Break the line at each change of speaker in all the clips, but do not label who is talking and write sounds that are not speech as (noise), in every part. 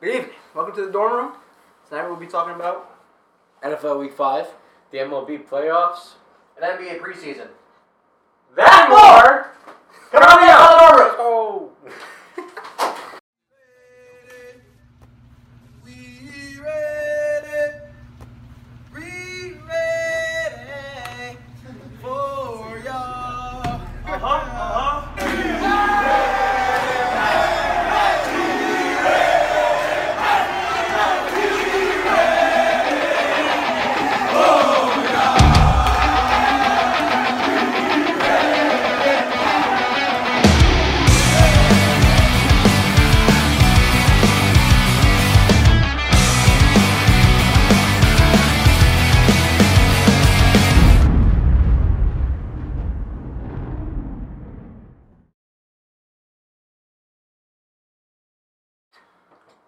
Good evening. Welcome to the dorm room. Tonight we'll be talking about NFL Week 5, the MLB playoffs, and NBA preseason. That and more coming up on the dorm room.
We ready, we ready for y'all. Uh-huh, uh-huh.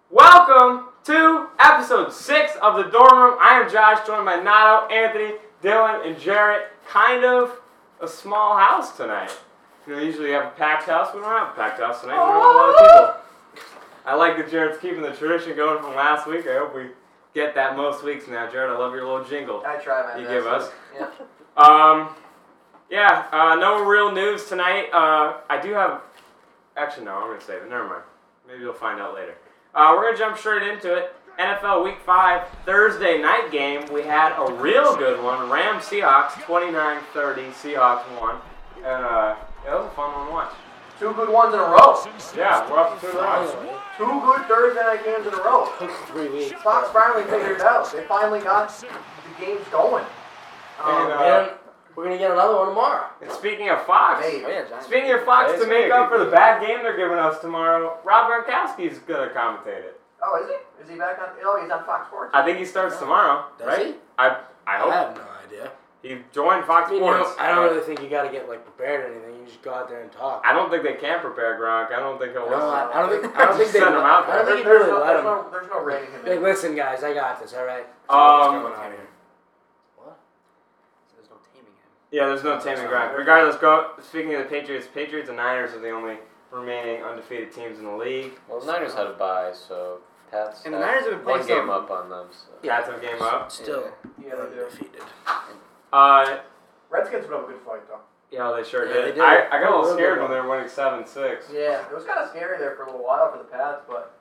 Welcome to episode six of the dorm room. I am Josh, joined by Nato, Anthony, Dylan, and Jarrett. Kind of a small house tonight. You know, usually you have a packed house. We don't have a packed house tonight. We don't have a lot of people. I like that Jarrett's keeping the tradition going from last week. I hope we get that most weeks now, Jarrett. I love your little jingle.
I try my
You
best.
give us.
(laughs)
Yeah.
Um, yeah, uh, no real news tonight. Uh, I do have. Actually, no, I'm going to save it. Never mind. Maybe you'll find out later. Uh, we're going to jump straight into it. NFL Week 5 Thursday night game. We had a real good one. Rams Seahawks 29 30. Seahawks won. And uh, yeah, that was a fun one to watch.
Two good ones in a row.
Yeah, we're up to the Rams.
Two good Thursday night games in a row.
three weeks.
Fox finally figured it out. They finally got the games going. Um,
And, uh,
And we're gonna get another one tomorrow.
And speaking of Fox,
hey,
Speaking of Fox,
That
to
is
make
gonna
up
be
for the
good.
bad game they're giving us tomorrow, Rob Gronkowski's going to commentate it.
oh, is he? Is he back on? Oh, he's on Fox Sports.
I think he starts tomorrow,
Does
right?
he?
I I
I
hope
have no idea.
he joined Fox
I mean, you
Sports.
don't- I don't really think you gotta get like prepared or anything. You just go out there and talk.
I don't think they can prepare Gronk. I don't think he'll
No,
listen.
I, I don't think. I don't
Just
think they.
send him out
I don't
there.
think you
there's,
really
no,
let
there's,
him.
no, there's no rating him.
Like,
in.
listen, guys, I got this. All right.
Um,
what's going on here?
There's no taming him.
Yeah, there's no taming Gronk. Regardless, go. Speaking of the Patriots, Patriots and Niners are the only remaining undefeated teams in the league.
Well, the Niners had a bye, so Pats.
And the Niners have been playing
one game
some-
up on them. So.
That's a game up.
Still
Yeah, they do.
undefeated.
Uh,
Redskins put up a good fight though.
yeah, they sure
Yeah,
did.
they did.
I, I got a little
Really
scared
good.
when they were winning seven six.
Yeah, it was kind of scary there for a little while for the Pats, but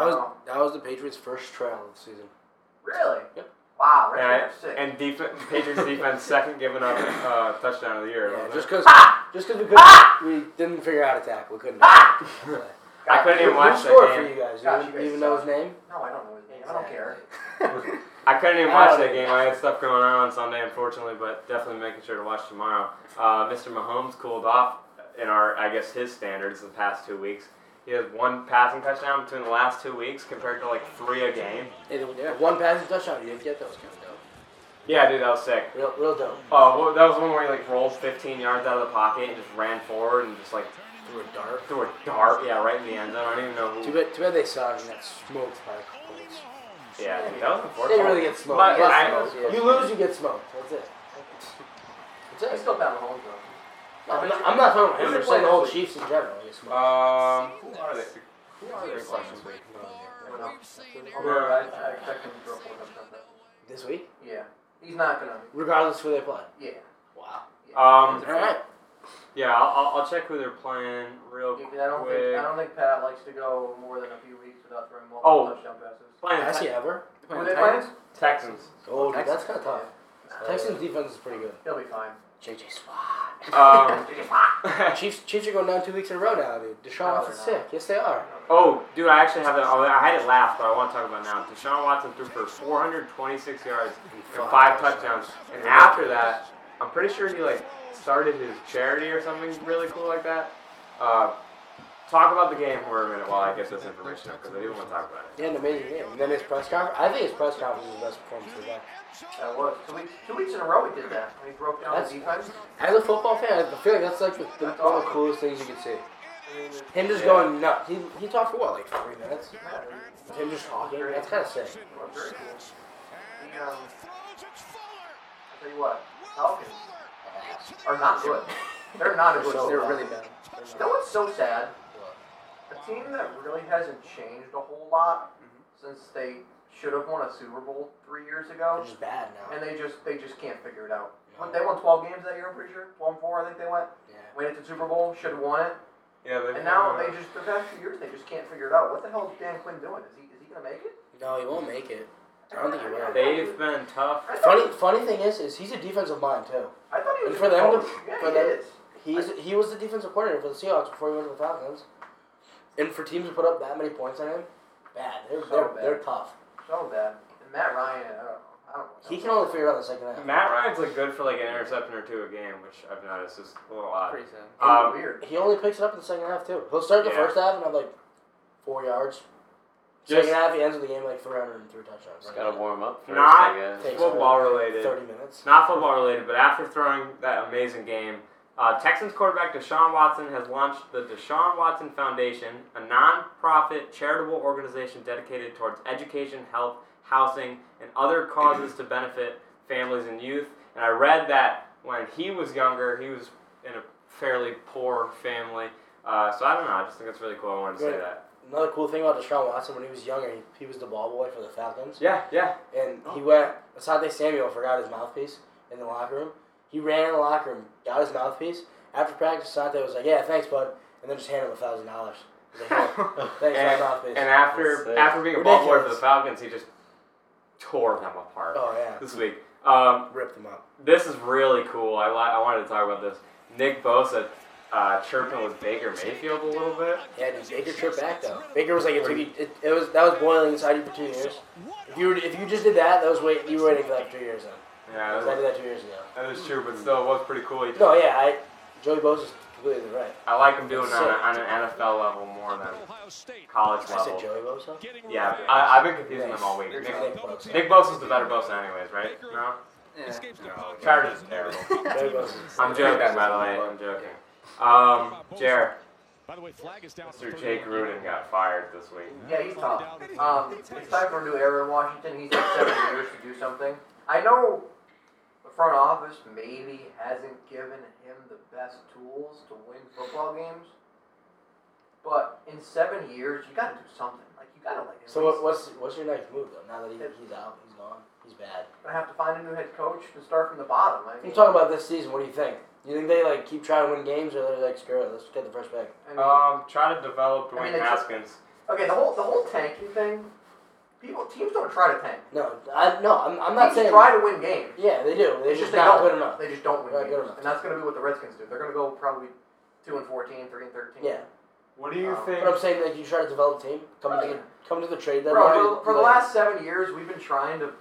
That
don't
was
know.
that was the Patriots' first trial of the season.
Really?
Yep.
Wow,
And, I,
Redskins are sick.
and defense, Patriots defense second giving up uh, touchdown of the year.
Yeah,
wasn't
just
it?
because just 'cause we
Ah!
couldn't, we didn't figure out a tackle. We couldn't. (laughs)
I couldn't Ah! even
Who-
watch
who
that
scored
game.
for you guys?
Gosh,
Do
you
you,
guys
even know
suck.
his name?
no, I don't know his name. I don't care.
I couldn't even
I
watch
don't
that
even-
game. I had stuff going on on Sunday, unfortunately, but definitely making sure to watch tomorrow. Uh, Mr. Mahomes cooled off in our, I guess, his standards the past two weeks. He has one passing touchdown between the last two weeks compared to like three a game.
Hey, the, the one passing touchdown you didn't get that was kind of dope.
Yeah, dude, that was sick.
Real, real dope.
Oh, well, that was one where he like rolled 15 yards out of the pocket and just ran forward and just like
Through a dart.
threw a dart. Yeah, right in the end zone. I don't even know
Too
who.
bad, too bad they saw it in that smoke part.
Yeah, dude, that was
They
unfortunate.
really get smoked.
But
You get
I-
smoked. you lose, you get smoked. That's it.
I
That's it.
still found home though.
No, I'm, not, I'm not talking about him.
Who's
I'm saying
it
the
playing
whole
this
Chiefs in general. They get smoked.
Um, who are they? Who are they?
I don't know.
Yeah.
I, I expect him to throw four touchdowns.
this week,
Yeah, he's not gonna.
regardless of who they play.
Yeah.
Wow.
Um,
All right.
Yeah, I'll, I'll, I'll check who they're playing real
Yeah,
quick.
'cause I don't think I don't think Pat likes to go more than a few weeks without throwing multiple
Oh.
touchdown passes.
Playing
Has he
Tex-
ever?
Who they playing?
Texans.
Oh, dude, that's kind of tough.
Yeah.
Texans defense is pretty good.
He'll be fine.
JJ Swat.
(laughs)
(laughs)
Um,
Chiefs, Chiefs are going down two weeks in a row now, dude.
No,
Deshaun Watson's
they're
sick. Yes, they are.
oh, dude, I actually have that. oh, I had it last, but I want to talk about it now. Deshaun Watson threw for 426 yards and five touchdowns. And after that, I'm pretty sure he like started his charity or something really cool like that. Uh, talk about the game for a minute while I get this information because I do want to talk about it.
He had an amazing game. And then his press conference. I think his press conference was the best performance of the day.
That was two weeks. Two weeks in a row we did that. When he broke down
That's-
the defense.
As a football fan, I feel like that's like the, the, one of the coolest things you could see. Him just going nuts. He, he talked for what, like three minutes? Him just talking. That's kind of sick.
Well, very cool. The, um, I tell you what, Falcons are not good. They're not a good.
So,
football
they're really
team.
bad.
You know what's so sad? A team that really hasn't changed a whole lot since they should have won a Super Bowl three years ago,
They're just bad now.
and they just they just can't figure it out.
No.
They won 12 games that year, I'm pretty sure. 12 and 4, I think they went.
yeah.
Went into the Super Bowl, should have won it.
Yeah, they uh,
And now they just the past few years they just can't figure it out. What the hell is Dan Quinn doing? Is he is he gonna make it?
No, he won't make it. I don't think he will.
They've been tough.
I thought
Funny, funny thing is, is he's a defensive mind too.
I thought he was
And for them
coach.
to-
yeah,
for
he
them-
is.
He's he was the defensive coordinator for the Seahawks before he went to the Falcons. And for teams to put up that many points on him, bad. They're
So
they're,
bad.
they're tough.
So bad. And Matt Ryan, I don't know. I don't know.
He can only figure it out in the second half.
Matt Ryan's like good for like an interception or two a game, which I've noticed is a little odd.
Pretty soon.
He's
Um,
weird.
He only picks it up in the second half too. He'll start the
Yeah.
first half and have like four yards.
Just-
second half, he ends with the game like 303 touchdowns.
Just gotta warm up first,
Not-
I guess. (laughs)
Takes
Football
like
related.
30 minutes.
Not football related, but after throwing that amazing game, uh, Texans quarterback Deshaun Watson has launched the Deshaun Watson Foundation, a non-profit charitable organization dedicated towards education, health, housing, and other causes to benefit families and youth. And I read that when he was younger, he was in a fairly poor family. Uh, so I don't know. I just think that's really cool. I wanted to say
Right.
that.
Another cool thing about Deshaun Watson when he was younger, he, he was the ball boy for the Falcons.
Yeah, yeah.
And he went, Asante Samuel forgot his mouthpiece in the locker room. He ran in the locker room, got his mouthpiece. After practice, Asante was like, yeah, thanks, bud. And then just handed him a $1,000. He's like, (laughs) "Here,
(laughs)
thanks, my mouthpiece.
And
That's
after
sick.
after being a ball boy for the
Ridiculous.
Falcons, he just tore them apart
oh, yeah.
this week. Um,
Ripped him up.
This is really cool. I, li- I wanted to talk about this. Nick Bosa uh, chirping with Baker Mayfield a little bit.
Yeah, dude, Baker tripped back, though. Baker was like, it took you, it, it was, that was boiling inside you for two years. If you, were, if you just did that, that was wait, you were waiting for like two years then.
Yeah,
Because I did that two years ago.
that is true, but still, it was pretty cool. He-
No, yeah, I, Joey Bosa's completely right.
I like him doing it on, a, on an NFL level more than
Ohio State
college
I said
level.
Joey Bosa?
getting
Yeah,
revenge.
I, I've been confusing them all week.
Nick,
Nick,
Nick Bosa.
Nick Bosa's the better Bosa, anyways, right? No,
Escapes the
no.
pocket.
Chargers is terrible.
Joey Bosa's
I'm joking, by the way. I'm joking. Um, Jer,
By the way, flag is down. at
Mr.
31.
Jake Gruden got fired this week.
Yeah, he's tough. Um, it's time for a new era in Washington. He's had seven years to do something. I know the front office maybe hasn't given him the best tools to win football games, but in seven years, you got to do something. Like you got to like. at
So what,
least-
what's what's your next move though? Now that he, he's out, he's gone, he's bad.
I have to find a new head coach and start from the bottom. I
You
mean,
talk about this season. What do you think? You think they like keep trying to win games, or they're like, screw it, let's get the first pick?
I mean-
Um, try to develop
I mean,
Dwayne
it's-
Haskins.
okay, the whole the whole tanking thing. People teams don't try to tank.
No, I no, I'm, I'm not
teams
saying.
try to win games.
Yeah, they do. They
It's
just
just they
not
don't.
good enough.
They just don't win
Not good
games,
enough.
and that's going to be what the Redskins do. They're going to go probably two and 14, 3 and thirteen.
Yeah,
What do you
Um,
think?
but I'm saying like you try to develop a team, come to the come to the trade deadline.
Bro, for, for the
like-
last seven years, we've been trying to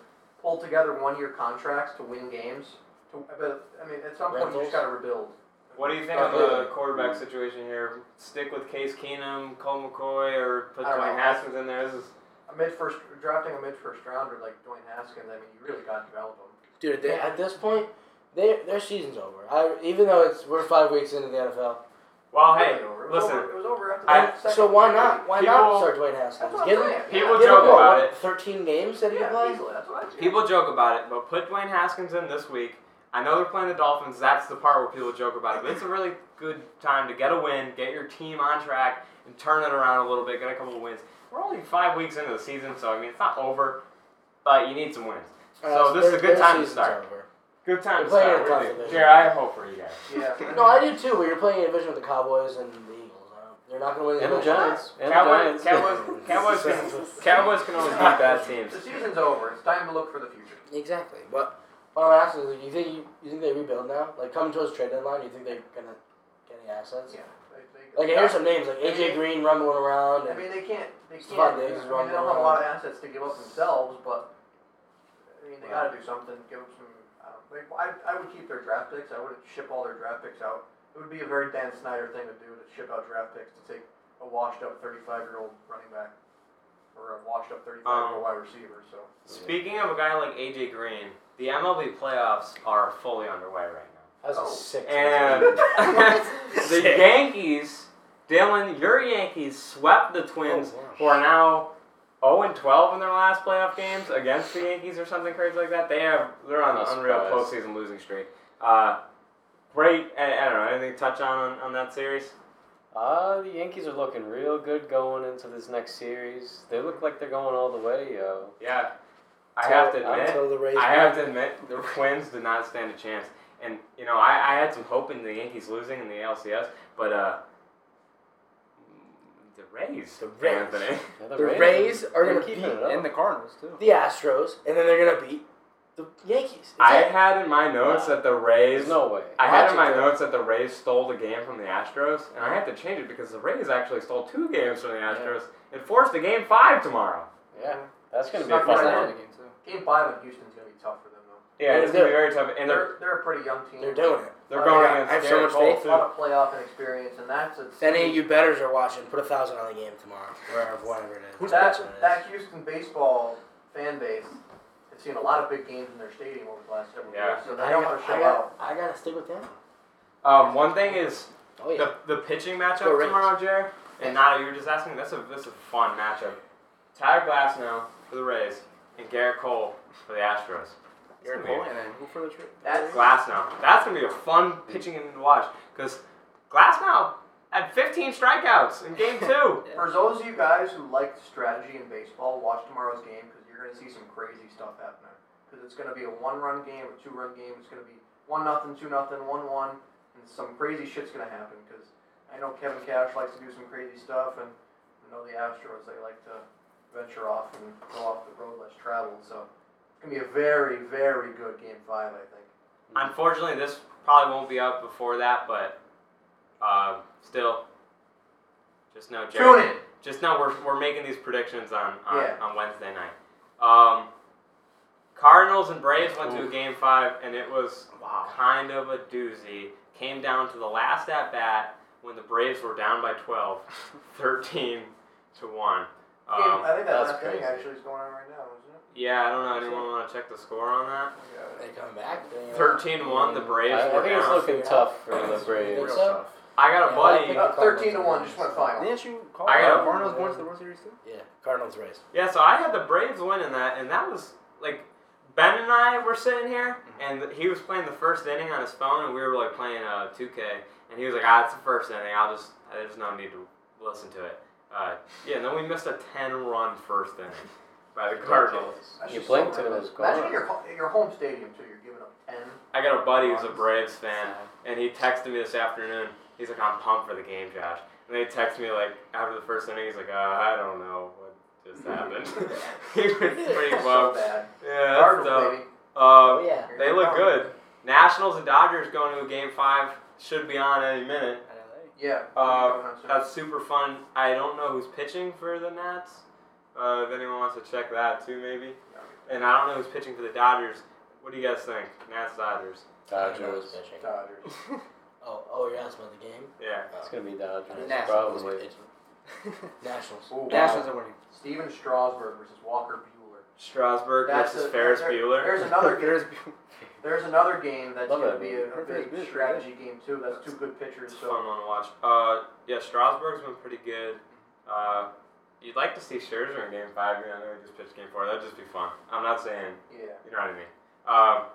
pull together one-year contracts to win games. To, but I mean, at some point, you
Rentals.
just got to rebuild. Uh,
What do you think of the quarterback situation here? Stick with Case Keenum, Cole McCoy, or put
I don't
Dwayne
know.
Haskins in there? This is
A mid-first drafting a mid-first rounder like Dwayne Haskins. I mean, you really got to develop him.
dude, they, at this point, they, their season's over. I even though it's we're five weeks into the NFL,
well, Oh, hey,
It was over. It was
listen.
over- it was over after
I-
the second-
so why not? Why
People-
not start Dwayne
That's
Haskins?
what I'm
Give him,
saying.
people
give him,
joke
what,
about it.
Thirteen games that he
Yeah,
plays.
easily, that's what I do.
People joke about it, but put Dwayne Haskins in this week. I know they're playing the Dolphins. That's the part where people joke about it, but it's a really good time to get a win, get your team on track, and turn it around a little bit. Get a couple of wins. We're only five weeks into the season, so I mean it's not over, but you need some wins. So
Uh,
this is a
their-
good
their
time to
season's
start.
over.
Good time to
We're playing
start.
a
What do
tough
you think?
division.
Jared, I hope for you guys.
Yeah.
(laughs) No, I do too. But you're playing a division with the Cowboys and the Eagles. I don't- They're not going to win the
And the
division.
Giants. And
Cowboys,
the Giants.
Cowboys, (laughs) Cowboys, can,
(laughs)
Cowboys can always beat bad teams.
The season's over. It's time to look for the future.
Exactly. But what I'm asking is, do you think you, you think they rebuild now? Like coming towards trade deadline, you think they're gonna get any assets?
Yeah. They, they,
Like I hear some names like AJ Green rumbling around.
I
And,
mean, they can't. They
It's
can't.
about the eggs
I mean,
wrong
they don't
way
have a lot of assets to give up themselves, but I mean, they
Right.
got to do something. Give them some. I don't. Like, I, I would keep their draft picks. I wouldn't ship all their draft picks out. It would be a very Dan Snyder thing to do to ship out draft picks to take a washed up 35 year old running back or a washed up 35 year
Um,
old wide receiver. So
(laughs)
Speaking of a guy like AJ Green, the MLB playoffs are fully underway right
that's a
Oh.
sick.
now, and (laughs) the Yankees, Dylan, your Yankees swept the Twins,
Oh, wow.
who are now 0 and 12 in their last playoff games against the Yankees or something crazy like that. They have they're on
No
an unreal
surprise.
postseason losing streak. Uh, great. I, I don't know. Anything to touch on, on on that series?
Uh, the Yankees are looking real good going into this next series. They look like they're going all the way, yo.
Yeah. I
Till-
have to admit,
Until the Rays.
I have to admit, the Twins did not stand a chance. And you know, I, I had some hope in the Yankees losing in the ALCS, but uh, the Rays,
The Rays.
Anthony.
Yeah,
The
Rays-
Rays are
they're
gonna
keeping
beat
it up.
And the Cardinals, too.
the Astros, and then they're gonna beat the Yankees. It's
I
it.
had in my notes that the Rays.
There's no way.
I had in my
Watch it.
notes that the Rays stole the game from the Astros, and I had to change it because the Rays actually stole two games from the Astros and forced a game five tomorrow.
Yeah, that's gonna be a
Not
fun.
gonna
one.
happen. Game five in Houston's gonna be tough for them though.
Yeah,
They
it's gonna be
did.
very tough, and they're
They're they're a pretty young team.
They're doing it.
they're
Oh,
going
yeah.
against
I have so
Garrett
much
Cole,
faith.
A
too.
lot of playoff experience, and that's a
If any of you betters are watching, put a thousand on the game tomorrow, or whatever it is.
that,
That's what it is.
that Houston baseball fan base has seen a lot of big games in their stadium over the last several
Yeah.
years, so
I
they don't
gotta-
want to show
I gotta- I
out.
gotta stick with them.
Um, one thing is
Oh yeah.
the, the pitching matchup
Go Rays.
tomorrow, Jerry. And now you were just asking. That's a that's a fun matchup. Tyler Glass now for the Rays and Garrett Cole for the Astros.
Garrett
Cole
Cole and then who for the trip?
That's
Glass now. That's gonna be a fun pitching game to watch because Glass now had 15 strikeouts in game two.
For those of you guys who like strategy in baseball, watch tomorrow's game because you're going to see some crazy stuff happening. Because it's going to be a one-run game, a two-run game. It's going to be one nothing, two nothing, one one, and some crazy shit's going to happen. Because I know Kevin Cash likes to do some crazy stuff, and I know the Astros they like to venture off and go off the road less traveled. So it's going to be a very, very good game five, I think.
Unfortunately, this probably won't be up before that, but um, still, just know Jerry.
Tune in.
just know we're, we're making these predictions on on,
Yeah.
on Wednesday night. Um, Cardinals and Braves went to a game five, and it was kind of a doozy. Came down to the last at bat when the Braves were down by 12, 13 to 1.
Game-
Um,
I think that
that's
last inning
crazy.
actually is going on right now, isn't it?
yeah, I don't know. Anyone want to check the score on that?
Yeah.
They come back. They, uh,
13 1, the
I,
Braves
I
were
think it's
down.
looking tough for the
Think
Braves.
so?
I
Yeah,
got a
I
buddy.
think-
Uh, Thirteen to one, just went final.
Didn't you call
I got-
the Cardinals going to the World Series, too?
Yeah. Cardinals race.
Yeah, so I had the Braves winning that, and that was like Ben and I were sitting here,
Mm-hmm.
and he was playing the first inning on his phone, and we were like playing uh, 2K, and he was like, "Ah, it's the first inning. I'll just, there's no need to listen to it." Uh, yeah, and then we missed a 10-run first inning by the Cardinals.
That's
You
just
blinked
so
and it
random.
was gone.
Imagine your ho- your home stadium too. You're giving up ten.
I got a buddy who's a Braves fan, and he texted me this afternoon. He's like, "I'm pumped for the game, Josh." And then he texted me like after the first inning, he's like, uh, "I don't know what just happened." (laughs) he
(laughs)
was pretty
so
bummed.
bad.
Yeah, that's
Cardinals,
tough.
baby.
Oh
Um,
yeah.
They look good. Nationals and Dodgers going to a game five. Should be on any minute.
Yeah.
Uh,
Going on soon.
That's super fun. I don't know who's pitching for the Nats. Uh, if anyone wants to check that too, maybe. And I don't know who's pitching for the Dodgers. What do you guys think? Nats Dodgers.
(laughs)
Dodgers.
Pitching.
Dodgers.
Oh, oh, you're asking about the game. Oh.
Yeah.
It's gonna be Dodgers
Nationals.
probably.
Nationals.
Ooh,
Nationals are winning.
Steven Strasburg versus Walker Bueller.
Strasburg
That's
versus
a-
Ferris
there-
Bueller.
There's
(laughs)
another
There's
game. There's another game that's
Love
going
that
to be
movie.
a, a
Ferris
big
Bueller,
strategy game too. That's two good
It's
pitchers.
a
So
fun one to watch. Uh, yeah, Strasburg's been pretty good. Uh, you'd like to see Scherzer in game five. I know he just pitched game four. That'd just be fun. I'm not saying
yeah.
You know what I mean. Um,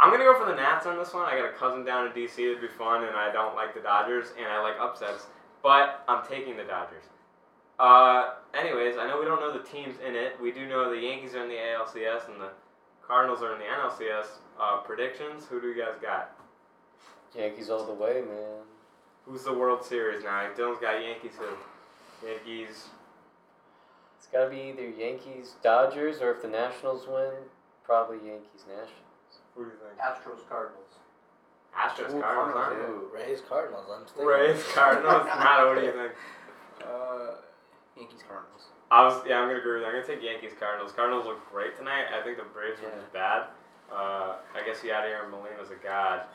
I'm gonna go for the Nats on this one. I got a cousin down in DC. It'd be fun, and I don't like the Dodgers, and I like upsets, but I'm taking the Dodgers. Uh, anyways, I know we don't know the teams in it. We do know the Yankees are in the ALCS and the Cardinals are in the NLCS. Uh, predictions? Who do you guys got?
Yankees all the way, man.
Who's the World Series now? Dylan's got Yankees. Who? Yankees.
It's gotta be either Yankees, Dodgers, or if the Nationals win, probably Yankees, Nationals.
Who do you think?
Astros Cardinals.
Astros,
Ooh,
Cardinals,
Cardinals,
aren't
Ooh, Rays Cardinals. I'm
they?
sticking.
Rays,
(laughs)
(laughs)
Cardinals. Matt, what do you think?
uh, Yankees Cardinals.
I was yeah, I'm gonna agree with you. I'm gonna take Yankees Cardinals. Cardinals look great tonight. I think the Braves were just bad. Uh, I guess Yadier Molina's a god.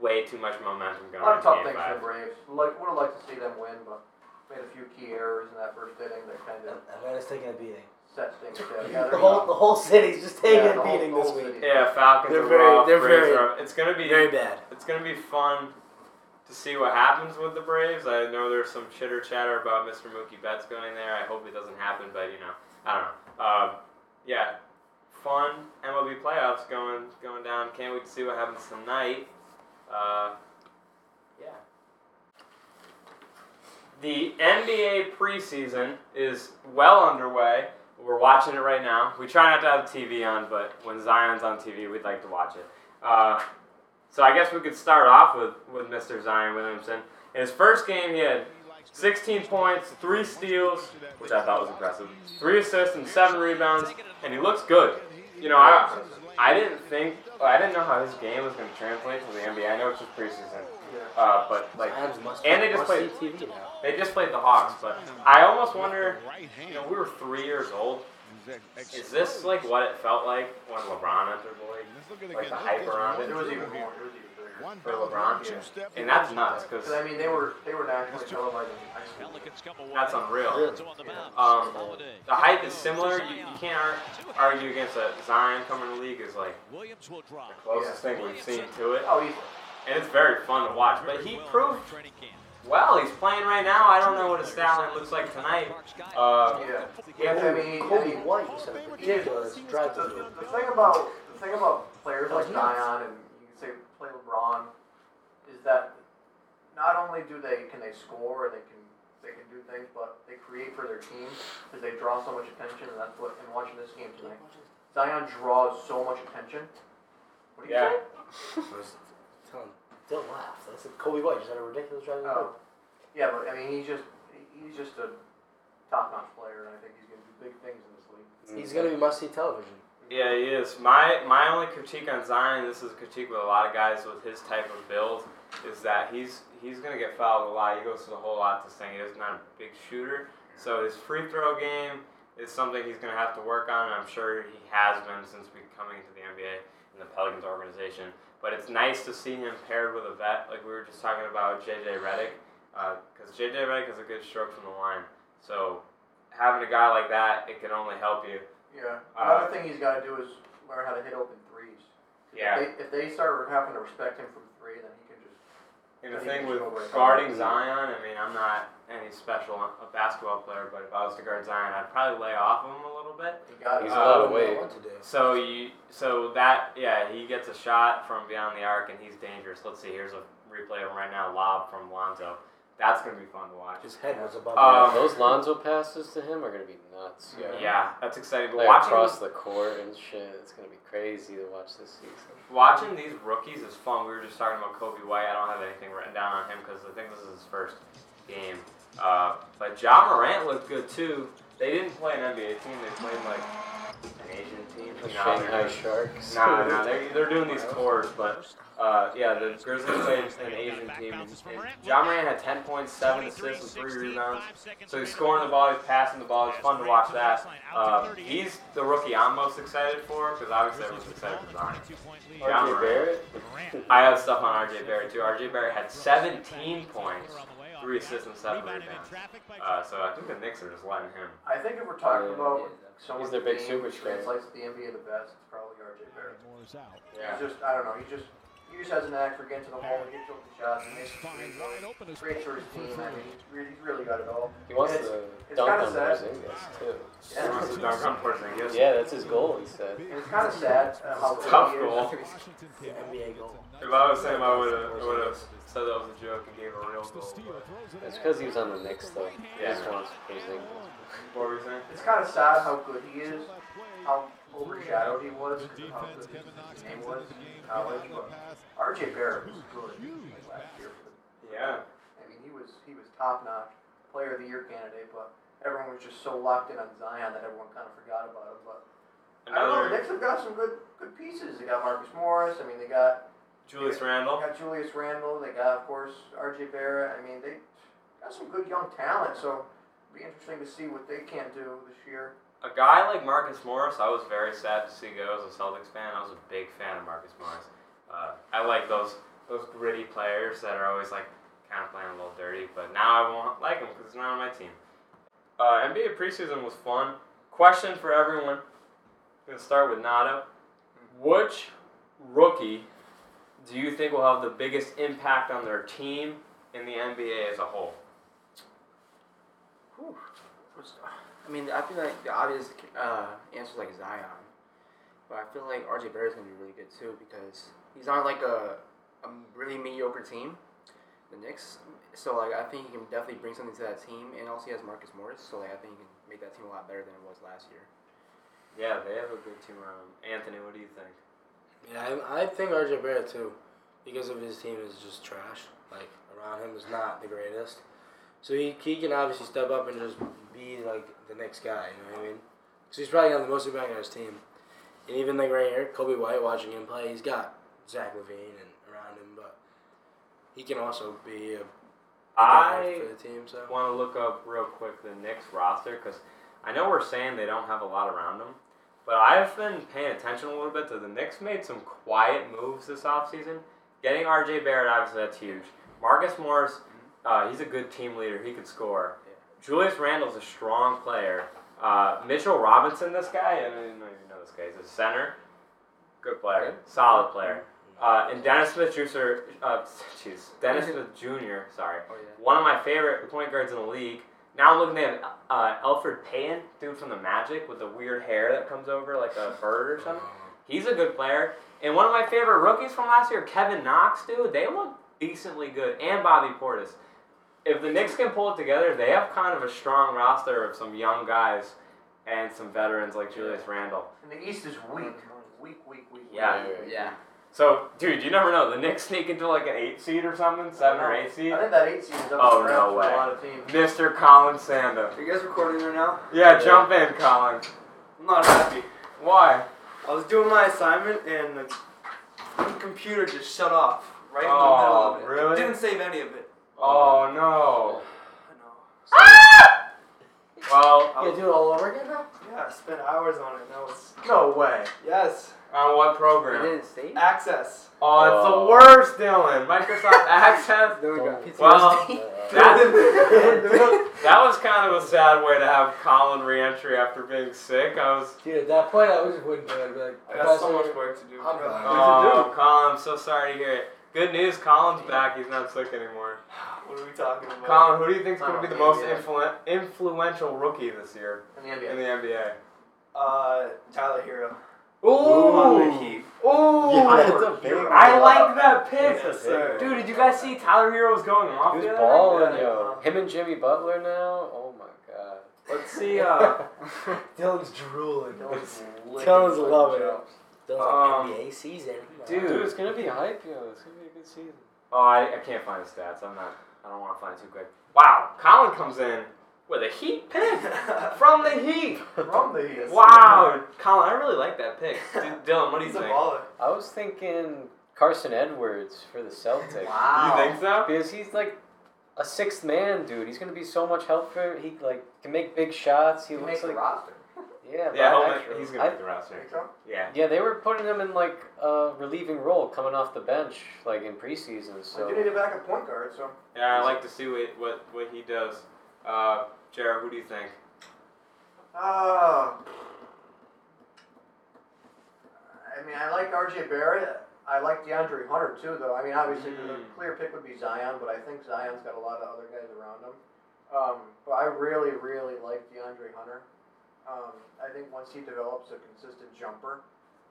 Way too much momentum
A
going
lot of
into
tough
game
things for the
five.
Braves. Like would have liked to see them win, but made a few key errors in that first inning that kind of
Atlanta's taking a beating. (laughs)
sets things down. Yeah,
The
they're
whole the whole city's just taking
Yeah, the
a
whole-
beating
the
this
whole
week.
city.
Yeah, Falcons
They're
are
very-
rough.
they're very-
Braves are up. It's gonna be
Very bad.
it's gonna be fun to see what happens with the Braves. I know there's some chitter chatter about Mr. Mookie Betts going there. I hope it doesn't happen, but you know, I don't know. Um, yeah, fun MLB playoffs going going down. Can't wait to see what happens tonight. Uh, yeah. The NBA preseason is well underway. We're watching it right now. We try not to have TV on, but when Zion's on TV, we'd like to watch it. Uh, so I guess we could start off with, with Mr. Zion Williamson. In his first game, he had 16 points, three steals, which I thought was impressive, three assists and seven rebounds, and he looks good. You know, I I didn't think I didn't know how his game was going to translate to the NBA. I know it's just preseason, uh, but like
Adams must
and they just played
must see TV now.
they just played the Hawks, but I almost wonder. You know, we were three years old. Is this like what it felt like when LeBron entered the league? like the hype around it?
It was even more. It was even bigger.
One
for LeBron,
two
yeah.
step,
And that's nuts because
'Cause, I mean, they were they were nationally televised in high school.
Pelicans come away.
that's unreal.
Really?
Two on the bounce.
Um,
Holiday.
the hype is similar. You, you can't ar- argue against a Zion coming to the league is like
Williams will
the
drop.
closest thing we've seen to it,
Oh, easily.
and it's very fun to watch. But he
Well,
proved
training camp.
well. He's playing right now. I don't know what his stat line looks like tonight. Uh,
Yeah. Yeah, I mean, I
Kobe
mean,
White is a ridiculous drive
the,
through.
the thing about the thing about players like Zion and you can say play LeBron is that not only do they can they score and they can they can do things, but they create for their team because they draw so much attention, and that's what. And watching this game tonight, Zion draws so much attention. What do you
Yeah.
say?
Don't laugh. That's a Kobe White just had a ridiculous drive through.
Oh, yeah, but I mean, he's just he's just a top-notch player, and I think he's going to do big things in this league.
He's
Mm,
gonna be must see television.
Yeah, he is. My my only critique on Zion, this is a critique with a lot of guys with his type of build, is that he's he's gonna get fouled a lot. He goes to the whole lot this thing. He's not a big shooter, so his free throw game is something he's gonna have to work on. And I'm sure he has been since becoming into the NBA and the Pelicans organization. But it's nice to see him paired with a vet, like we were just talking about JJ Redick, uh, because JJ Redick has a good stroke from the line. So having a guy like that, it can only help you.
Yeah.
Uh,
Another thing he's got to do is learn how to hit open threes.
Yeah.
They, if they start having to respect him from three, then he can just.
And the
I think
thing with
it's over.
guarding Zion, I mean, I'm not any special a basketball player, but if I was to guard Zion, I'd probably lay off him a little bit.
He got
He's
uh,
a lot
I
of
wouldn't know
weight.
what to do.
So you, so that, yeah, he gets a shot from beyond the arc, and he's dangerous. Let's see, here's a replay of him right now, lob from Lonzo. That's gonna be fun to watch.
His head was above.
Um,
the-
Those Lonzo passes to him are gonna be nuts.
Yeah.
Yeah, that's exciting. But
Like
watching
across the court and shit. It's gonna be crazy to watch this season.
Watching these rookies is fun. We were just talking about Kobe White. I don't have anything written down on him because I think this is his first game. Uh, but John Morant looked good too. They didn't play an NBA team. They played like an Asian team.
The
You know, they're
Shanghai
doing-
Sharks.
Nah, nah, they're, they're doing these tours, but uh, yeah, the Grizzlies played an Asian team. And John Moran had 10 points, 7 assists, and 3 rebounds. So he's scoring the ball, he's passing the ball, it's fun to watch that. Uh, he's the rookie I'm most excited for because obviously I was excited for Zion. John
RJ
Morant.
Barrett.
I have stuff on RJ Barrett too. RJ Barrett had 17 points, three assists, and seven
Rebounded in
rebounds.
traffic by
Uh, so I think the Knicks are just letting him.
I think if we're talking
Yeah,
about
yeah.
someone
He's their big
who
superstar.
translates to the NBA the best, it's probably RJ Barrett.
Moore's out.
He's just I don't know. He just he just has an eye for getting to the hole and gets open shots and makes
It's fine,
free
wide
throws.
open as
Great for his team. I mean, he's really, he's really got it all.
He wants
It's-
to
it's
dunk
kinda
on
sad.
Porzingis too.
He wants to dunk on Porzingis.
Yeah, that's his goal. He said.
And it's kind of sad uh, how
It's a tough
good he is.
goal.
Washington
The NBA goal.
If I was him, I would have would have said that was a joke and gave a real
The
goal.
steal
but-
throws it
That's
in.
because he was on the Knicks though. He
Yeah.
just wants Porzingis.
What were you saying?
It's kind of sad how good he is, how overshadowed he was,
The
because of how
defense,
good
Kevin Knox
his name
comes
was
into the game.
in college. But RJ Barrett was good like last year.
Yeah.
I mean, he was he was top notch, player of the year candidate. But everyone was just so locked in on Zion that everyone kind of forgot about him. But I don't know. The
Another
Knicks have got some good good pieces. They got Marcus Morris. I mean, they got
Julius
they
Randle.
got Julius Randle. They got of course RJ Barrett. I mean, they got some good young talent. So it'll be interesting to see what they can do this year.
A guy like Marcus Morris, I was very sad to see go as a Celtics fan. I was a big fan of Marcus Morris. Uh, I like those those gritty players that are always like kind of playing a little dirty, but now I won't like him because he's not on my team. Uh, NBA preseason was fun. Question for everyone. I'm gonna start with Nado. Which rookie do you think will have the biggest impact on their team in the NBA as a whole?
I mean, I feel like the obvious uh, answer is like Zion, but I feel like RJ Barrett's gonna be really good too because he's on like a, a really mediocre team, the Knicks, So like I think he can definitely bring something to that team, and also he has Marcus Morris. So like I think he can make that team a lot better than it was last year.
Yeah, they have a good team around. him. Anthony, what do you think?
Yeah, I, I think RJ Barrett too, because of his team is just trash. Like around him is not the greatest. So he, he can obviously step up and just be like the next guy. You know what I mean? So he's probably got the most impact on his team. And even like right here, Kobe White watching him play, he's got Zach Levine and around him, but he can also be a guy
I
for the team. So
want to look up real quick the Knicks roster because I know we're saying they don't have a lot around them, but I've been paying attention a little bit to the Knicks made some quiet moves this offseason. Getting RJ Barrett, obviously, that's huge. Marcus Morris, uh, he's a good team leader. He could score.
Yeah.
Julius Randle's a strong player. Uh, Mitchell Robinson, this guy, I don't even know this guy. He's a center. Good player. Solid player. Uh, and Dennis Smith Jr. Uh, (laughs) jeez, Dennis Smith Jr. Sorry,
Oh yeah.
one of my favorite point guards in the league. Now I'm looking at uh, Alfred Payton, dude from the Magic with the weird hair that comes over like a bird or something. He's a good player. And one of my favorite rookies from last year, Kevin Knox, dude, they look decently good. And Bobby Portis. If the Knicks can pull it together, they have kind of a strong roster of some young guys and some veterans like Julius Randle.
And the East is weak. Weak, weak, weak.
Yeah.
weak.
Yeah.
So, dude, you never know. The Knicks sneak into like an eight seed or something, seven or eight seed.
I think that eight seed is up
Oh,
for
no
grabs for
way.
a lot of teams.
Mr. Colin Sanda.
Are you guys recording right now?
Yeah, jump in, Colin.
I'm not happy.
Why?
I was doing my assignment and the computer just shut off right
Oh, really?
save any of it.
Oh no.
I know.
Well,
you gotta do it all over again now.
Yeah, I spent hours on it. That was
No way.
yes.
on what
You
program?
didn't save. Access.
Oh, it's
Oh.
the worst, Dylan. Microsoft Access.
There we go.
Well,
That-
That was kind of a sad way to have Colin re-entry after being sick. I was.
Dude, at that point, I was just wouldn't do it. I'd be like,
work to do.
I'm brother. done.
Oh, Colin, I'm so sorry to hear it. Good news, Colin's back. He's not sick anymore.
What are we talking about?
Colin, who do you think's going to be the most
Yeah.
influ- influential rookie this year
In the
in
NBA.
the NBA?
Uh, Tyler Hero.
Ooh. Ooh. I like that pick.
Yes, sir.
Dude, did you guys see Tyler Hero was going off?
Who's
the other night?
balling,
yeah.
(laughs)
yo? Him and Jimmy Butler now? Oh my god.
Let's see. Uh,
Dylan's drooling.
Dylan's licking
Dylan's
fucking
loving it.
chops.
Dylan's
Um,
like NBA season.
dude.
Dude, it's gonna be hype, yo. It's gonna be a good season.
oh, I, I can't find the stats. I'm not. I don't want to find it too quick. Wow, Colin comes in with a Heat (laughs) pick from the Heat.
From the East.
Wow, Colin, I really like that (laughs) pick. Dude, Dylan, what do you think?
I was thinking Carson Edwards for the Celtics.
Wow.
You think so?
Because he's like a sixth man, dude. He's gonna be so much help for he like can make big shots. He,
He makes
looks
the
like
roster.
yeah,
Yeah,
Bob
Holman-
Ashford.
he's gonna
I-
make the roster.
so?
Yeah.
yeah, they were putting him in like a relieving role, coming off the bench, like in preseason.
So.
So
You need a backup point guard, so.
Yeah, I like to see what what, what he does. Uh, Jared, who do you think?
Uh, I mean, I like RJ Barrett. I like DeAndre Hunter too, though. I mean, obviously the
Mm.
clear pick would be Zion, but I think Zion's got a lot of other guys around him. Um, but I really, really like DeAndre Hunter. Um, I think once he develops a consistent jumper,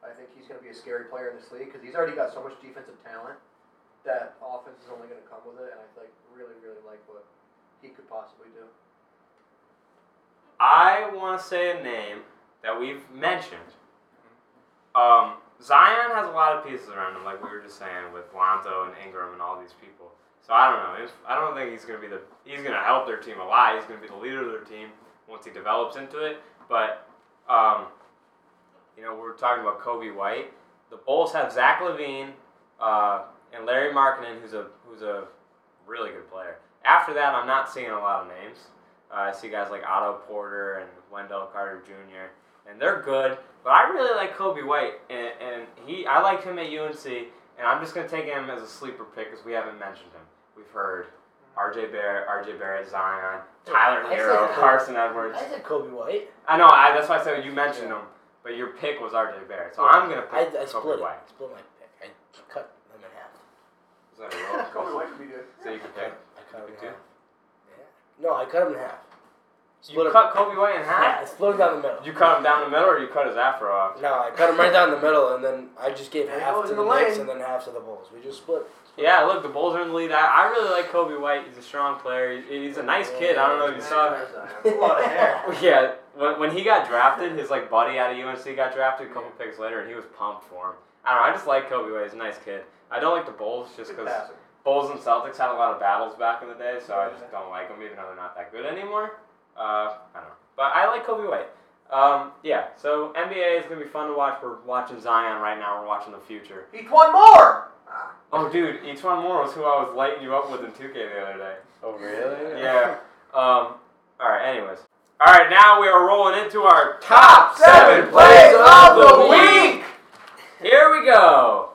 I think he's going to be a scary player in this league because he's already got so much defensive talent that offense is only going to come with it. And I like really, really like what he could possibly do.
I want to say a name that we've mentioned. Um, Zion has a lot of pieces around him, like we were just saying with Lonzo and Ingram and all these people. So I don't know. If, I don't think he's gonna be the. He's gonna help their team a lot. He's gonna be the leader of their team once he develops into it. But, um, you know, we we're talking about Kobe White. The Bulls have Zach Levine uh, and Larry Markkinen, who's a who's a really good player. After that, I'm not seeing a lot of names. Uh, I see guys like Otto Porter and Wendell Carter Jr. and they're good, but I really like Kobe White and, and he I like him at UNC and I'm just gonna take him as a sleeper pick because we haven't mentioned him. We've heard RJ Barrett, RJ Barrett, Zion, Tyler
I
Hero,
said-
Carson Edwards.
I said Kobe White.
I know I, that's why I said you mentioned him, but your pick was RJ Barrett, so I'm gonna pick
I, I
Kobe
split it.
White.
Split my pick. I cut them in half.
Is that a (laughs)
(laughs)
roll?
Kobe White could be good.
So you can pick.
I cut them
You
in
do?
half. Yeah. No, I cut them in half.
You
Split him.
cut Kobe White in
Yeah, I
half?
split him down the middle.
You cut him down the middle or you cut his afro off?
No, I cut him right down the middle, and then I just gave
There
half
goes
to
in the
the Knicks
lane.
and then half to the Bulls. We just split.
Yeah, look, the Bulls are in the lead. I, I really like Kobe White. He's a strong player. He- He's a nice kid. I don't know if you saw it.
(laughs) A lot of hair.
(laughs) Yeah, when, when he got drafted, his like buddy out of UNC got drafted a couple picks later, and he was pumped for him. I don't know. I just like Kobe White. He's a nice kid. I don't like the Bulls (laughs) just
Good
because
passer.
Bulls and Celtics had a lot of battles back in the day, so I just don't like them, even though they're not that good anymore. Uh, I don't know. But I like Kobe White. Um, yeah, so NBA is going to be fun to watch. We're watching Zion right now. We're watching the future.
Eat one more. Ah,
(laughs) Oh, dude, each one more was who I was lighting you up with in 2K the other day.
Oh, really?
Yeah. Um, all right, anyways. All right, now we are rolling into our top seven plays of the week. Here we go.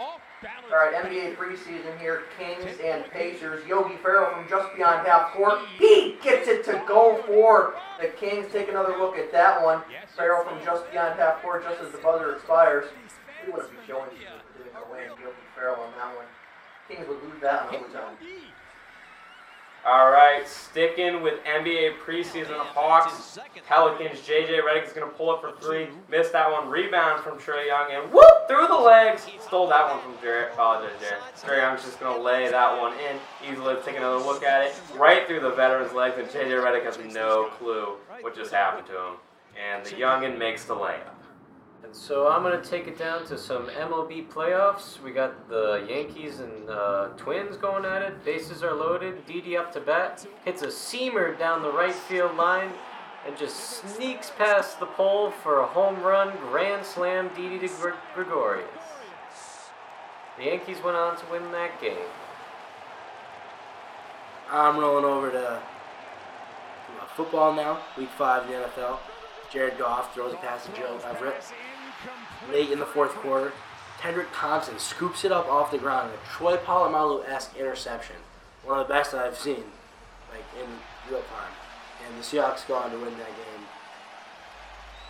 Off balance.
All right, NBA preseason here. Kings and Pacers. Yogi Ferrell from just beyond half court. He gets it to go for the Kings. Take another look at that one. Ferrell from just beyond half court, just as the buzzer expires. He would have been showing you doing away and Yogi Ferrell on that one. Kings would lose that in overtime.
All right, sticking with NBA preseason Hawks. Pelicans, JJ Redick is going to pull up for three. Missed that one. Rebound from Trey Young and whoop through the legs. Stole that one from Jarrett. Apologize, Jarrett. Trey Young's just going to lay that one in. Easily take another look at it. Right through the veteran's legs, and JJ Redick has no clue what just happened to him. And the youngin makes the layup.
And so I'm going to take it down to some MLB playoffs. We got the Yankees and uh, Twins going at it. Bases are loaded. Didi up to bat. Hits a seamer down the right field line and just sneaks past the pole for a home run grand slam Didi to Gr- Gregorius. The Yankees went on to win that game.
I'm rolling over to uh, football now, week five in the NFL. Jared Goff throws a pass to Joe Everett. Late in the fourth quarter, Kendrick Thompson scoops it up off the ground in a Troy Polamalu-esque interception. One of the best I've seen, like, in real time. And the Seahawks go on to win that game.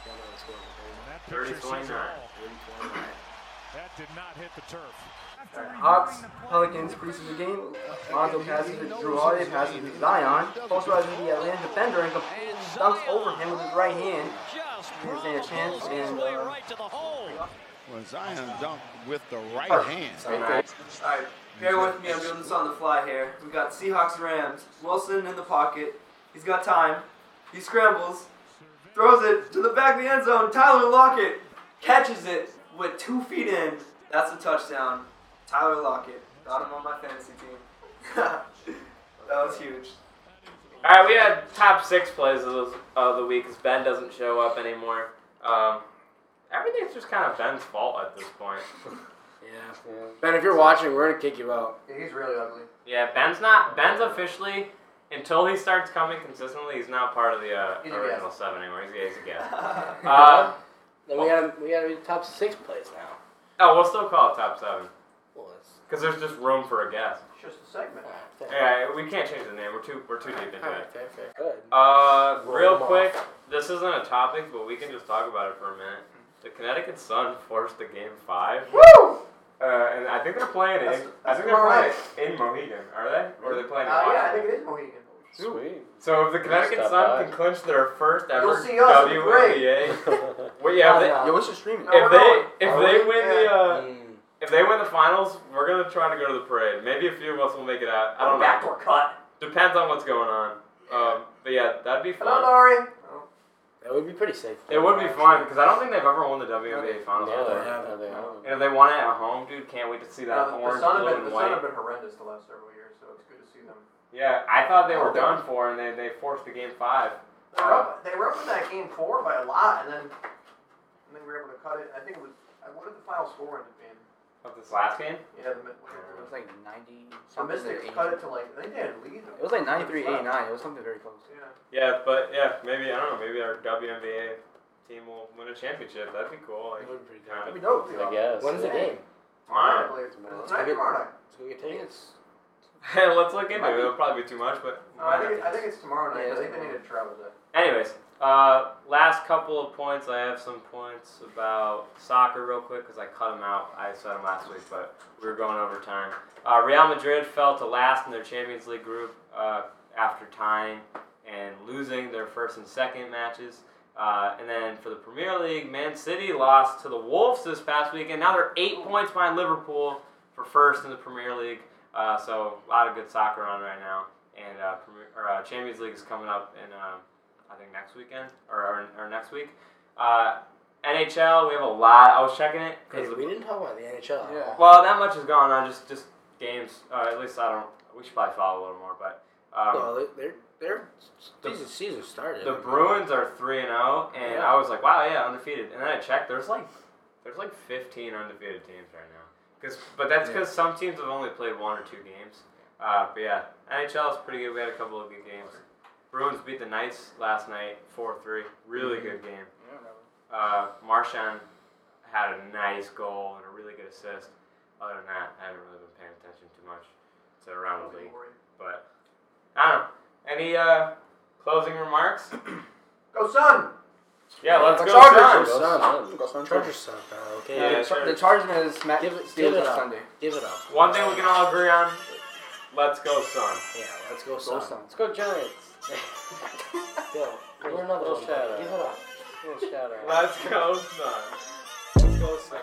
Don't know the score, but
That picture sees it all.
30-29.
That did not hit the turf.
Hawks, Pelicans, preseason game. Lonzo passes it to Drew Holiday, passes it to Zion. Post rises the Atlanta defender and dunks over him with his right hand.
Just
stand a chance and, uh,
right to the hole. When Zion dunked with the right hand.
Alright, bear with me, I'm doing this on the fly here. We've got Seahawks Rams. Wilson in the pocket. He's got time. He scrambles, throws it to the back of the end zone. Tyler Lockett catches it with two feet in. That's a touchdown. Tyler Lockett. Got him on my fantasy team. that (laughs) was huge.
All right, we had top six plays of the, of the week because Ben doesn't show up anymore. Um, everything's just kind of Ben's fault at this point.
Yeah.
Yeah.
Ben, if you're watching, we're going to kick you
(laughs)
out.
Yeah, he's really ugly.
Yeah, Ben's not. Ben's officially until he starts coming consistently. He's not part of the uh,
He's a
original seven anymore. He's, he's a
(laughs)
guest.
Alright,
Uh,
Then we got to we gotta be top six plays now.
oh, we'll still call it top seven
Well, that's-
because there's just room for a guest.
It's just a segment.
Yeah, we can't change the name. We're too we're too deep into it.
fair, fair. Good.
Uh,
Roll
real
them off.
quick, this isn't a topic, but we can just talk about it for a minute. The Connecticut Sun forced the game five.
Woo!
Uh, and I think they're playing it.
That's-
I
that's
think they're
tomorrow
playing it in Mohegan, are they? Or are they
Uh,
playing in
yeah, I
Washington?
think it is Mohegan.
Sweet. (laughs)
So if the Connecticut
Stop
Sun
by.
can clinch their first ever
You'll see us in the
(laughs)
WNBA, (laughs) well, yeah, if they,
Yo, what's your streaming?
No,
if
we're going.
they if
Are
they
we?
win the uh,
Mm.
if they win the finals, we're gonna try to go to the parade. Maybe a few of us will make it out. I don't know.
Backdoor cut.
Depends on what's going on. Um, but yeah, that'd be
Hello,
fun.
Laurie.
That would be pretty safe.
It would be fun because I don't think they've ever won the WNBA finals
Yeah,
before.
they have. They have.
And if they won it at home, dude, can't wait to see that
Uh, the
orange, blue,
sun have been,
and
the
white.
sun have been horrendous the last several years, so it's good to see them.
Yeah, I thought they were
Oh, they-
done for, and they, they forced the game five.
They were, up, they were up in that game four by a lot, and then and then we were able to cut it. I think it was. uh, What did the final score end up being?
uh, Of this last game?
Yeah, the, Mi-
It was like 90
the
something. to
Mystics
80.
cut it to like I think they had a lead.
It was like 93 89. It was something very close.
Yeah.
Yeah, but yeah, maybe I don't know. Maybe our WNBA team will win a championship. That'd be cool. Like,
That'd
kind
be
of
dope.
I guess.
When's the
yeah.
game?
Tomorrow, I
tomorrow.
believe.
Tomorrow.
Tonight, tomorrow night.
It's gonna get tickets.
(laughs) Let's look into it. It'll probably be too much, but
No, I think, it- I think it's tomorrow night.
Yeah,
I
it's
think they need to travel day.
Anyways, uh, last couple of points. I have some points about soccer real quick because I cut them out. I said them last week, but we were going over time. Uh, Real Madrid fell to last in their Champions League group uh, after tying and losing their first and second matches. Uh, and then for the Premier League, Man City lost to the Wolves this past week, and now they're eight points behind Liverpool for first in the Premier League. Uh, so a lot of good soccer on right now, and uh, Premier, or, uh, Champions League is coming up in uh, I think next weekend or, or, or next week. Uh, NHL, we have a lot. I was checking it
Hey,
because
we didn't talk about the NHL.
Yeah.
well, that much is gone on. Just just games. Uh, at least I don't. We should probably follow a little more, but um,
Well, they- they're they're
The-
season season started.
the Bruins are three and zero, and I was like, wow, yeah, undefeated. And then I checked. There's like there's like fifteen undefeated teams right now. Cause, but that's because some teams have only played one or two games. Uh, but yeah, NHL is pretty good. We had a couple of good games. Bruins beat the Knights last night, four three. Really good game. Uh, Marshawn had a nice goal and a really good assist. Other than that, I haven't really been paying attention too much to around the league. But I don't know. Any uh, closing remarks?
Go, son!
Yeah, let's
The
go.
Chargers
Suns.
are-
Sun.
Go Suns.
Chargers suck, bro. Okay.
Yeah.
The Char- the Chargers are gonna smack
Give it-
Steelers
give it
on
up.
Sunday.
Give it up.
One thing we can all agree on: let's go, son.
Yeah, let's go
Go
Sun.
Suns.
Let's go Giants.
Yo, we're another
Little
one.
shout out.
Give it up.
Little shout out.
Let's go, son. Let's go, son.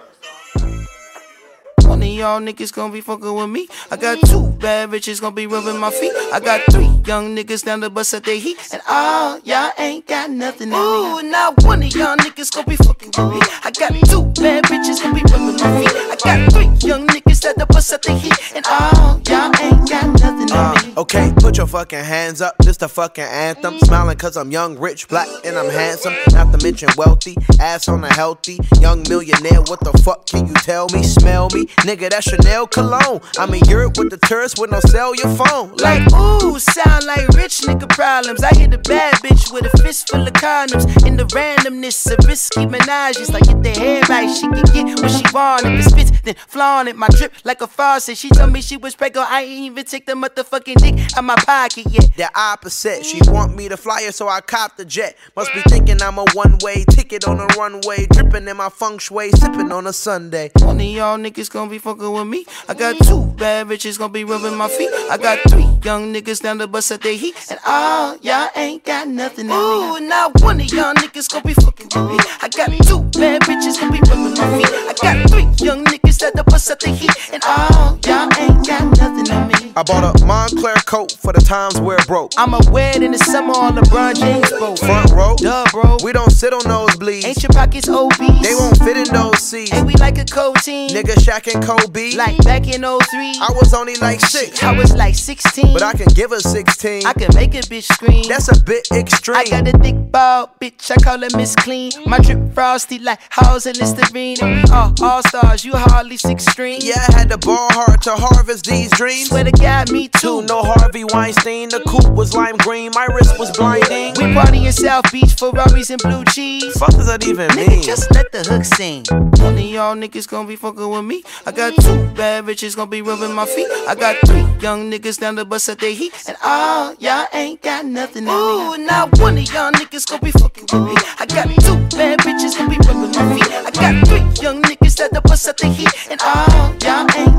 One of y'all niggas gonna be fucking with me. I got two bad bitches gonna be rubbing my feet. I got three young niggas down the bus at they heat. And all y'all ain't got nothing on me. Ooh, not one of y'all niggas gonna be fucking with me. I got two bad bitches gonna be rubbing my feet. I got three young niggas at the bus at they heat. And all y'all ain't got nothing on me.
Okay, put your fucking hands up. This the fucking anthem.
Mm.
Smiling cause I'm young, rich, black, and I'm handsome. Not to mention wealthy, ass on a healthy. Young millionaire, what the fuck can you tell me? Smell me? Nigga, that's Chanel cologne. I'm in Europe with the tourists with no cell your phone. Like,
Like, ooh, sound like rich nigga problems. I hit a bad bitch with a fistful of condoms. In the randomness of risky menages. Like, get the head right, she can get what she want. If it spits, then flaunt it. My drip like a faucet. She told me she was pregnant. I ain't even take the motherfucking dick out my pocket yet.
the opposite. She want me to fly her, so I cop the jet. Must be thinking I'm a one way ticket on a runway. Dripping in my feng shui, sipping on a Sunday.
One of y'all niggas gonna be fucking with me. I got two bad bitches gonna be rubbing my feet. I got three young niggas down the bus at they heat. And all y'all ain't got nothing on me. Ooh, not one of y'all niggas gonna be fucking with me. I got two bad bitches gonna be rubbing my feet. I got three young niggas down the bus at they heat. And all y'all ain't got nothing on me.
I bought a Montclair coat for the times where it broke.
I'm a wed in the summer on LeBron James, bro.
Front row,
Duh, bro.
we don't sit on those bleeds.
Ain't your pockets obese?
They won't fit in those seats.
And we like a co team.
Nigga Shaq and Kobe.
Like back in 03.
I was only like six,
I was like 16.
but I can give her 16.
I can make a bitch scream.
That's a bit extreme.
I got a thick ball, bitch. I call her Miss Clean. My drip frosty like Halls and Listerine. And we are all stars. You hardly six string.
yeah, I had to ball hard to harvest these dreams.
Swear to God, me
Two,
too.
no Harvey Weinstein. The coupe was lime green, my wrist was blinding.
We party in South Beach, Ferraris and blue cheese.
Fuck does that even mean?
Nigga, just let the hook sing. One of y'all niggas gonna be fucking with me. I got two bad bitches gonna be rubbing my feet. I got three young niggas down the bus at they heat. And all y'all ain't got nothing on me. Ooh, not one of y'all niggas gonna be fucking with me. I got two bad bitches gonna be rubbing my feet. I got three young niggas down the bus at they heat. And all y'all ain't